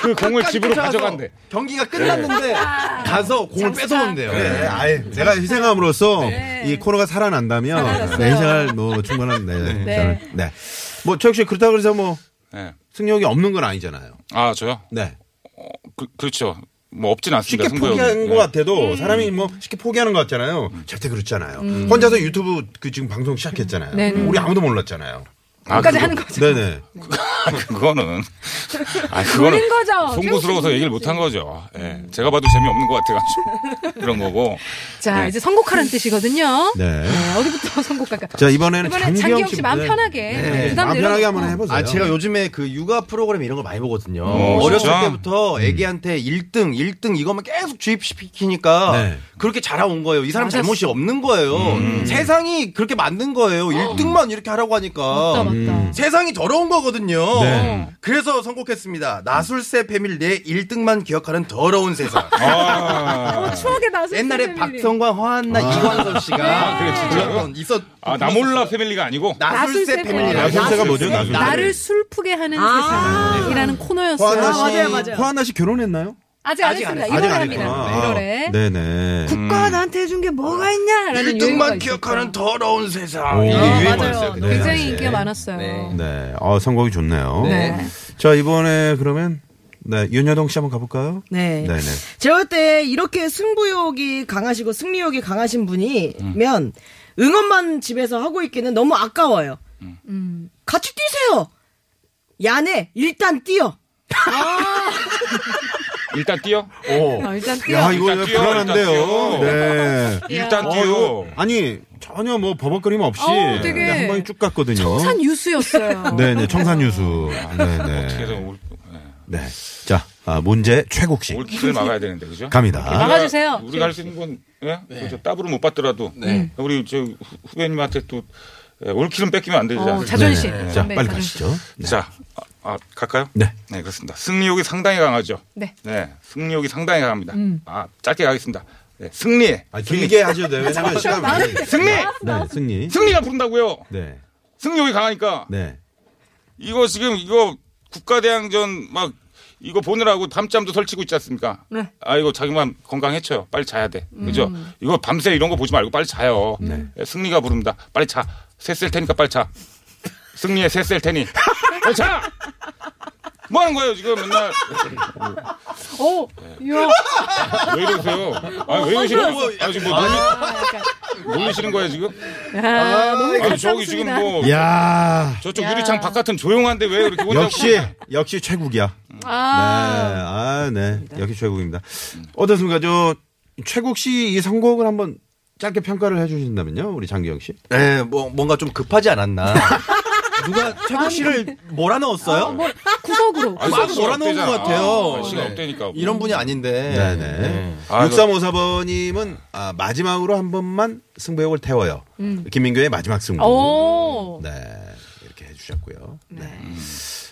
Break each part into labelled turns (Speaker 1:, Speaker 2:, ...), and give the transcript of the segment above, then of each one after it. Speaker 1: 그 공을 아, 집으로 가져간대.
Speaker 2: 경기가
Speaker 3: 네.
Speaker 2: 끝났는데 가서 공을 뺏어온대요.
Speaker 4: 네, 아예 제가 희생함으로써
Speaker 3: 네.
Speaker 4: 이 코너가 살아난다면 네, 희생할 뭐 충분한 네. 저는, 네. 뭐 최국 씨 그렇다고 해서 뭐
Speaker 1: 네.
Speaker 4: 승리욕이 없는 건 아니잖아요.
Speaker 1: 아, 저요?
Speaker 4: 네.
Speaker 1: 어, 그, 그렇죠. 뭐 없진 않습니다.
Speaker 4: 쉽게
Speaker 1: 승부욕이.
Speaker 4: 포기한
Speaker 1: 네. 음.
Speaker 4: 것
Speaker 3: 음.
Speaker 4: 같아도 사람이 뭐 쉽게 포기하는 것 같잖아요. 절대 그렇잖아요. 혼자서 유튜브 그 지금 방송 시작했잖아요.
Speaker 3: 네, 네.
Speaker 4: 우리 아무도 몰랐잖아요.
Speaker 1: 아,
Speaker 3: 끝까지
Speaker 1: 그거-
Speaker 3: 하는 거죠.
Speaker 4: 네네.
Speaker 1: 아, 그거는 아, 그거는
Speaker 3: 놀린 거죠.
Speaker 1: 송구스러워서 얘기를 못 한 거죠. 예. 제가 봐도 재미없는 것 같아가지고 그런 거고.
Speaker 3: 자, 이제 선곡하라는 뜻이거든요.
Speaker 4: 네.
Speaker 3: 네, 어디부터 선곡할까?
Speaker 4: 자 이번에는
Speaker 3: 이번엔 장기영 씨 마음
Speaker 4: 네.
Speaker 3: 편하게 그
Speaker 4: 네.
Speaker 3: 부담
Speaker 4: 마음
Speaker 3: 내려놓고.
Speaker 4: 편하게 한번 해보세요.
Speaker 2: 아, 제가 요즘에 그 육아 프로그램 이런 걸 많이 보거든요.
Speaker 1: 오,
Speaker 2: 어렸을
Speaker 1: 진짜?
Speaker 2: 때부터 애기한테 1등, 1등 이것만 계속 주입시키니까
Speaker 4: 네.
Speaker 2: 그렇게 자라온 거예요. 이
Speaker 3: 아,
Speaker 2: 사람 잘못이 없는 거예요. 세상이 그렇게 만든 거예요. 1등만 이렇게 하라고
Speaker 3: 맞다,
Speaker 2: 하니까.
Speaker 3: 맞다.
Speaker 4: 음.
Speaker 2: 세상이 더러운 거거든요.
Speaker 3: 어.
Speaker 4: 네.
Speaker 2: 그래서 선곡했습니다. 나술새 패밀리 의 1등만 기억하는 더러운 세상.
Speaker 1: 아,
Speaker 3: 추억에 나서
Speaker 2: 옛날에
Speaker 3: 선생님이.
Speaker 2: 박성광, 허한나, 이광선 씨가
Speaker 1: 아, 그래, 진짜요?
Speaker 2: 불렀던 있었
Speaker 1: 아, 나몰라 패밀리가 아니고
Speaker 2: 네. 나술새
Speaker 3: 나술새
Speaker 2: 패밀리.
Speaker 3: 패밀리.
Speaker 4: 나술새가 뭐죠? 나술새.
Speaker 3: 나를 술프게 하는 세상이라는 코너였어요. 네.
Speaker 4: 호한나 씨,
Speaker 5: 맞아요, 맞아요.
Speaker 4: 호한나 씨 결혼했나요?
Speaker 3: 아직 안 했습니다.
Speaker 2: 했어요.
Speaker 4: 아직
Speaker 3: 1월에
Speaker 4: 안
Speaker 3: 합니다.
Speaker 4: 했구나. 아,
Speaker 3: 1월에.
Speaker 4: 네네. 음.
Speaker 3: 국가가 나한테 해준 게 뭐가 있냐라는 유행어가 있었어요.
Speaker 2: 더러운 세상.
Speaker 4: 오.
Speaker 2: 이게
Speaker 4: 아,
Speaker 2: 유행어였어요.
Speaker 5: 맞아요.
Speaker 2: 그때.
Speaker 4: 네,
Speaker 3: 굉장히
Speaker 4: 네.
Speaker 3: 인기가 많았어요.
Speaker 2: 네.
Speaker 4: 네. 어, 선곡이 좋네요.
Speaker 2: 네.
Speaker 4: 자, 이번에 그러면, 네, 윤여동 씨 한번 가볼까요?
Speaker 5: 네.
Speaker 4: 네네.
Speaker 5: 제가 볼 때 이렇게 승부욕이 강하시고 승리욕이 강하신 분이면 응원만 집에서 하고 있기는 너무 아까워요. 같이 뛰세요. 야네 일단 뛰어.
Speaker 1: 일단 뛰어.
Speaker 4: 오.
Speaker 3: 어, 일단 뛰어.
Speaker 4: 야, 이거
Speaker 1: 일단 뛰어,
Speaker 4: 불안한데요.
Speaker 1: 일단 뛰어.
Speaker 4: 네.
Speaker 2: 예.
Speaker 1: 일단
Speaker 4: 어,
Speaker 1: 뛰어.
Speaker 4: 이거 아니, 전혀 뭐 버벅거림 없이.
Speaker 3: 어, 되게
Speaker 4: 그냥 한 방에 쭉 갔거든요.
Speaker 3: 청산 유수였어요.
Speaker 4: 네네, 청산유수. 네네.
Speaker 1: 어떻게든 올, 예,
Speaker 4: 네. 자, 아, 문제 최국 씨.
Speaker 1: 올
Speaker 2: 네.
Speaker 1: 길을 막아야 되는데 그죠?
Speaker 4: 갑니다.
Speaker 3: 막아주세요.
Speaker 1: 우리가 할 수 있는 건 예? 그저 따블을 못 받더라도 음. 우리 저 후- 후배님한테 또 예, 올킬은 뺏기면 안 되지
Speaker 3: 어,
Speaker 1: 않습니까?
Speaker 3: 자존심.
Speaker 4: 네. 자,
Speaker 3: 선배의
Speaker 4: 빨리
Speaker 3: 자존심.
Speaker 4: 가시죠. 네.
Speaker 1: 자, 아, 아, 갈까요?
Speaker 4: 네.
Speaker 1: 네, 그렇습니다. 승리욕이 상당히 강하죠.
Speaker 3: 네. 음.
Speaker 1: 네, 승리욕이 상당히 강합니다. 아, 짧게 가겠습니다. 네, 승리,
Speaker 4: 아, 길게 하셔도 돼요. 왜냐면 시간 많이.
Speaker 1: 승리,
Speaker 4: 네, 승리.
Speaker 1: 승리가 부른다고요.
Speaker 4: 네.
Speaker 1: 승리욕이 강하니까
Speaker 4: 네.
Speaker 1: 이거 지금 이거 국가대항전 막 이거 보느라고 밤잠도 설치고 있지 않습니까?
Speaker 3: 네. 음.
Speaker 1: 아 이거 자기만 건강해쳐요. 빨리 자야 돼. 그죠? 이거 밤새 이런 거 보지 말고 빨리 자요. 예, 승리가 부릅니다. 빨리 자. 셋셀 테니까 빨리 자. 승리에 셋셀 테니. 빨리 자. 뭐 하는 거예요 지금 맨날 예.
Speaker 3: 오, 어? 이야. 어,
Speaker 1: 왜 이러세요? 아왜 이러시는 거예요? 아 지금 뭐 놀리, 놀리시는 거예요 지금?
Speaker 3: 야, 너무
Speaker 1: 아니 저기 지금
Speaker 3: 감사합니다.
Speaker 1: 뭐
Speaker 4: 어, 야
Speaker 1: 저쪽 유리창 바깥은 조용한데 왜 이렇게
Speaker 4: 어,
Speaker 1: 혼자
Speaker 4: 역시, 역시 최국이야. 네.
Speaker 3: 아,
Speaker 4: 아, 네. 역시 최국입니다. 어떻습니까? 저, 최국 씨 이 선곡을 한번 짧게 평가를 해주신다면요? 우리 장기영 씨.
Speaker 2: 네, 뭐 뭔가 좀 급하지 않았나. 누가 최국 씨를 몰아넣었어요?
Speaker 3: 뭐 구석으로.
Speaker 1: 아니,
Speaker 2: 막
Speaker 1: 시간
Speaker 2: 몰아놓은
Speaker 1: 없대잖아.
Speaker 2: 것 같아요.
Speaker 1: 아, 시간
Speaker 2: 네.
Speaker 1: 없대니까.
Speaker 2: 이런 분이 아닌데.
Speaker 4: 네네.
Speaker 1: 아,
Speaker 4: 6354번님은 아, 마지막으로 한 번만 승부욕을 태워요. 김민교의 마지막 승부.
Speaker 3: 음. 오.
Speaker 4: 네. 이렇게 해주셨고요. 네.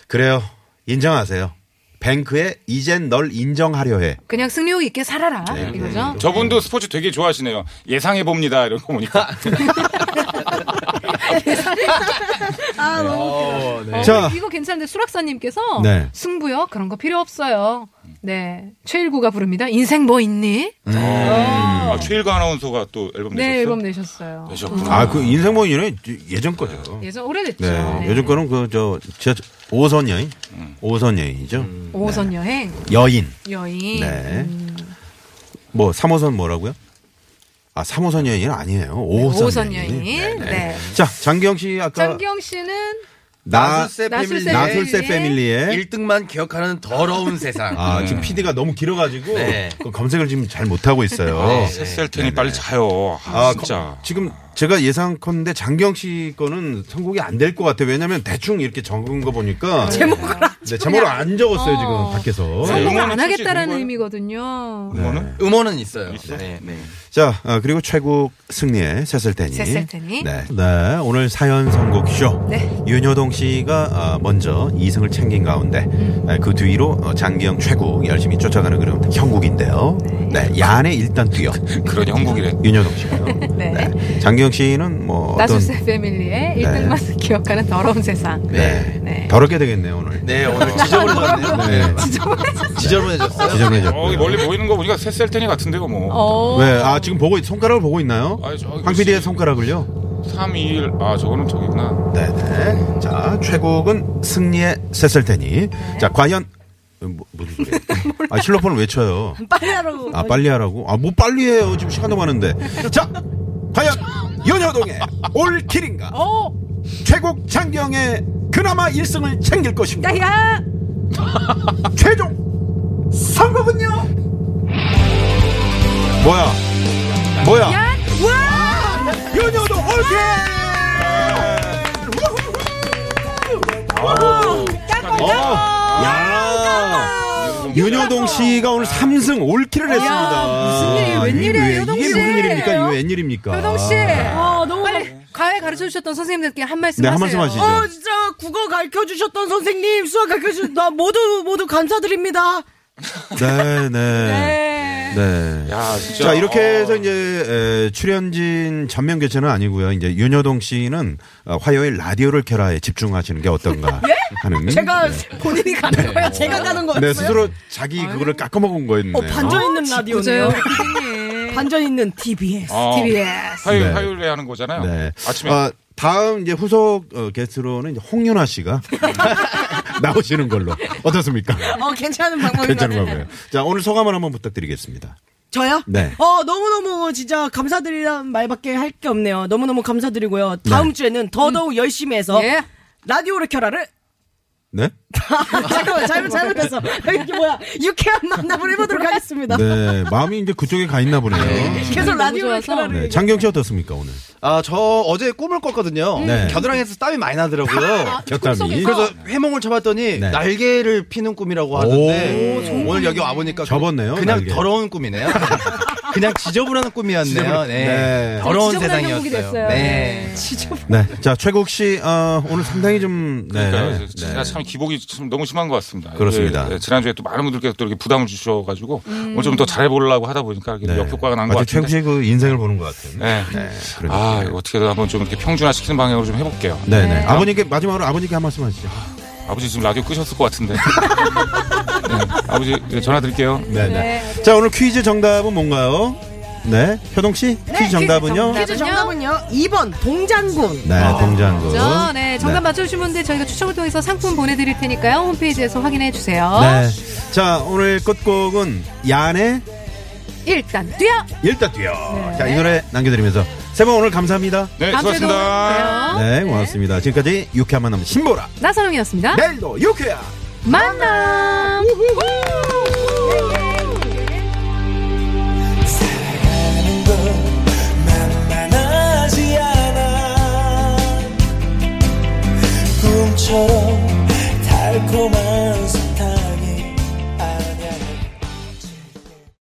Speaker 4: 그래요. 인정하세요. 뱅크의 이젠 널 인정하려 해.
Speaker 3: 그냥 승리욕 있게 살아라.
Speaker 4: 네.
Speaker 3: 이거죠?
Speaker 1: 저분도 스포츠 되게 좋아하시네요. 예상해 봅니다. 이런 거 보니까.
Speaker 3: 아,
Speaker 2: 어, 네.
Speaker 4: 자.
Speaker 3: 이거 괜찮은데 수락사님께서
Speaker 4: 네.
Speaker 3: 승부요 그런 거 필요 없어요. 네 최일구가 부릅니다. 인생 뭐 있니?
Speaker 4: 음,
Speaker 1: 아, 최일가 아나운서가 또 앨범
Speaker 3: 네
Speaker 1: 내셨어요?
Speaker 3: 앨범 내셨어요.
Speaker 1: 내셨구나.
Speaker 4: 아, 그 인생 모임은 예전 거죠.
Speaker 3: 예전 오래됐죠.
Speaker 4: 네. 요즘 거는 그, 저, 지하철, 5선 여인? 오선 여인이죠.
Speaker 3: 오선 여행
Speaker 4: 여인.
Speaker 3: 여인.
Speaker 4: 네. 뭐, 3호선 뭐라고요? 아, 3호선 여인은 아니에요. 5호선,
Speaker 3: 오선
Speaker 4: 여인.
Speaker 3: 여인.
Speaker 4: 네, 그 네.
Speaker 3: 네.
Speaker 4: 자, 장기영 씨 아까
Speaker 3: 장기영 씨는
Speaker 4: 나,
Speaker 3: 나술세
Speaker 4: 나술세
Speaker 2: 네?
Speaker 4: 패밀리의
Speaker 2: 1등만 기억하는 더러운 세상.
Speaker 4: 아, 지금 PD가 너무 길어가지고
Speaker 2: 네.
Speaker 4: 그 검색을 지금 잘 못하고 있어요.
Speaker 1: 셋셀 아, 테니 빨리 자요. 아,
Speaker 4: 네. 아,
Speaker 1: 진짜.
Speaker 4: 거- 지금 제가 예상컨대 장경 씨 거는 선곡이 안 될 것 같아요. 왜냐면 대충 이렇게 적은 거 보니까 제목을 안, 네, 제목을 안 적었어요
Speaker 3: 어.
Speaker 4: 지금 밖에서.
Speaker 1: 네.
Speaker 3: 성공 안
Speaker 1: 응원은
Speaker 3: 하겠다라는
Speaker 1: 솔직히
Speaker 3: 의미거든요.
Speaker 1: 뭐는?
Speaker 2: 음원은 있어요. 네, 네.
Speaker 4: 자 어, 그리고 최국 승리의 셋셀 테니.
Speaker 3: 셋셀 테니.
Speaker 4: 네. 네, 오늘 사연 선곡 쇼.
Speaker 3: 네.
Speaker 4: 윤효동 씨가 어, 먼저 2승을 챙긴 가운데
Speaker 3: 음.
Speaker 4: 네, 그 뒤로 어, 장기영 최국 열심히 쫓아가는 그런 형국인데요. 네. 야안에 일단 뛰어.
Speaker 1: 그런 형국이래.
Speaker 4: 윤효동 씨가요.
Speaker 3: 네.
Speaker 4: 장기영 씨는 뭐 어떤
Speaker 3: 나술세 패밀리의 1등만 기억하는 더러운 세상.
Speaker 4: 네.
Speaker 3: 네.
Speaker 4: 더럽게 되겠네요, 오늘.
Speaker 2: 네, 오늘 지저분해졌네요.
Speaker 4: 네.
Speaker 2: 지저분해졌어요.
Speaker 4: 지저분해졌고요.
Speaker 1: 저기 멀리 보이는 거 보니까 셋셀 테니 같은데요, 뭐.
Speaker 3: 어.
Speaker 4: 왜? 아, 지금 보고 손가락을 보고 있나요?
Speaker 1: 아니, 저기
Speaker 4: 황 PD의
Speaker 1: 혹시-
Speaker 4: 손가락을요?
Speaker 1: 3, 2, 1. 아, 저거는 저기구나.
Speaker 4: 네, 네. 자, 최국은 승리의 셋을 테니. 자, 과연 어, 뭐, 무슨 소리예요? 아, 실로폰을 왜 쳐요?
Speaker 5: 빨리
Speaker 3: 어.
Speaker 5: 하라고.
Speaker 4: 아, 빨리 하라고? 아, 뭐 빨리 해요. 지금 시간도 많은데. 자, 과연 연여동의 올킬인가?
Speaker 3: 어.
Speaker 4: 최국 장경의 그나마 1승을 챙길 것인가?
Speaker 3: 야야.
Speaker 4: 최종 선곡은요? 뭐야? 뭐야? 윤여도
Speaker 1: 어.
Speaker 4: 올킬! 야! 윤여동 씨가 오늘 3승 올킬을 했습니다. 아,
Speaker 3: 무슨 일이에요? 웬일이에요,
Speaker 4: 이게 왜-
Speaker 3: 여동 씨?
Speaker 4: 이게 무슨 일입니까? 이게 웬일입니까?
Speaker 3: 효동 씨.
Speaker 5: 어, 너무
Speaker 3: 아, 빨리 과외 가르쳐 주셨던 선생님들께 한 말씀
Speaker 4: 네, 한
Speaker 3: 하세요.
Speaker 4: 말씀 하시죠.
Speaker 5: 어, 진짜 국어 가르쳐 주셨던 선생님, 수학 가르쳐 주신 나 모두 모두 감사드립니다.
Speaker 4: 네, 네.
Speaker 3: 네.
Speaker 4: 네.
Speaker 1: 야, 진짜.
Speaker 4: 자 이렇게 해서
Speaker 1: 아,
Speaker 4: 이제 에, 출연진 전면 교체는 아니고요. 이제 윤여동 씨는 어, 화요일 라디오를 켜라에 집중하시는 게 어떤가
Speaker 3: 예?
Speaker 4: 하는.
Speaker 5: 제가
Speaker 4: 네.
Speaker 5: 본인이 가는 거야? 제가 가는 거였어요?
Speaker 4: 네, 스스로 자기 그거를 깎아먹은 거였네요.
Speaker 5: 어, 반전 있는
Speaker 3: 그죠?
Speaker 5: 라디오네요. 반전 있는 TBS.
Speaker 1: 어,
Speaker 3: TBS.
Speaker 1: 화요일,
Speaker 4: 네.
Speaker 1: 화요일에 하는 거잖아요.
Speaker 4: 네.
Speaker 1: 아침에.
Speaker 4: 어, 다음 이제 후속 어, 게스트로는 이제 홍윤아 씨가 나오시는 걸로 어떻습니까?
Speaker 5: 어, 괜찮은 방법인 것
Speaker 4: 괜찮은
Speaker 5: 같아요.
Speaker 4: 거고요. 자 오늘 소감을 한번 부탁드리겠습니다.
Speaker 5: 저요?
Speaker 4: 네.
Speaker 5: 어, 너무너무 진짜 감사드리란 말밖에 할 게 없네요. 너무너무 감사드리고요. 다음
Speaker 4: 네.
Speaker 5: 주에는 더더욱 열심히 해서
Speaker 3: 예.
Speaker 5: 라디오를 켜라를
Speaker 4: 네?
Speaker 5: 잠깐만 잘못 잘못했어. 이게 뭐야? 유쾌한 만남을 해보도록 하겠습니다.
Speaker 4: 네 마음이 이제 그쪽에 가 있나 보네요.
Speaker 5: 계속
Speaker 3: 너무
Speaker 5: 라디오를
Speaker 3: 좋아서.
Speaker 5: 켜라를.
Speaker 4: 네, 장경 씨 어떻습니까 오늘?
Speaker 2: 아, 저 어제 꿈을 꿨거든요.
Speaker 4: 네.
Speaker 2: 겨드랑이에서 땀이 많이 나더라고요.
Speaker 4: 곁담이
Speaker 2: 그래서 회몽을 쳐봤더니
Speaker 4: 네.
Speaker 2: 날개를 피는 꿈이라고 하는데 오, 늘 여기 와보니까
Speaker 4: 접었네요,
Speaker 2: 그냥
Speaker 4: 날개.
Speaker 2: 더러운 꿈이네요. 그냥 지저분한 꿈이었네요.
Speaker 4: 지저분한-
Speaker 2: 네.
Speaker 4: 네.
Speaker 2: 더러운
Speaker 3: 지저분한
Speaker 2: 세상이었어요.
Speaker 3: 행복이 됐어요.
Speaker 2: 네.
Speaker 4: 네, 자 최국 씨 어, 오늘 상당히 좀 네,
Speaker 1: 그러니까
Speaker 4: 네.
Speaker 1: 제가 참 기복이 참 너무 심한 것 같습니다.
Speaker 4: 그렇습니다.
Speaker 1: 예, 예. 지난주에 또 많은 분들께서 또 이렇게 부담을 주셔가지고
Speaker 3: 음.
Speaker 1: 오늘 좀 더 잘해보려고 하다 보니까 이렇게
Speaker 4: 네.
Speaker 1: 역효과가 난 것
Speaker 4: 아주
Speaker 1: 같은데.
Speaker 4: 최국 씨의 그 인생을 보는 것 같아요.
Speaker 1: 네.
Speaker 4: 그러니까요.
Speaker 1: 아, 이거 어떻게든 한번 좀 이렇게 평준화시키는 방향으로 좀 해볼게요.
Speaker 4: 네, 네. 아버님께 마지막으로 아버님께 한 말씀 하시죠.
Speaker 1: 아버지 지금 라디오 끄셨을 것 같은데. 네, 아버지 예, 전화 드릴게요.
Speaker 4: 네, 네. 자 오늘 퀴즈 정답은 뭔가요? 네, 효동 씨 퀴즈 정답은요?
Speaker 5: 퀴즈 정답은요. 2번 동장군.
Speaker 4: 네, 동장군.
Speaker 3: 저, 네, 정답 맞춰주신 분들 저희가 추첨을 통해서 상품 보내드릴 테니까요. 홈페이지에서 확인해주세요.
Speaker 4: 네. 자, 오늘 끝곡은 야네
Speaker 3: 일단 뛰어!
Speaker 4: 일단 뛰어. 자, 이 노래 남겨드리면서 세 분 오늘 감사합니다.
Speaker 1: 네,
Speaker 3: 다음 주에도
Speaker 1: 수고하셨습니다.
Speaker 3: 만나요.
Speaker 4: 네, 고맙습니다. 지금까지 유쾌한 만남 신보라.
Speaker 3: 나선홍이었습니다.
Speaker 4: 내일도 유쾌한
Speaker 3: 만남! 우후! 예,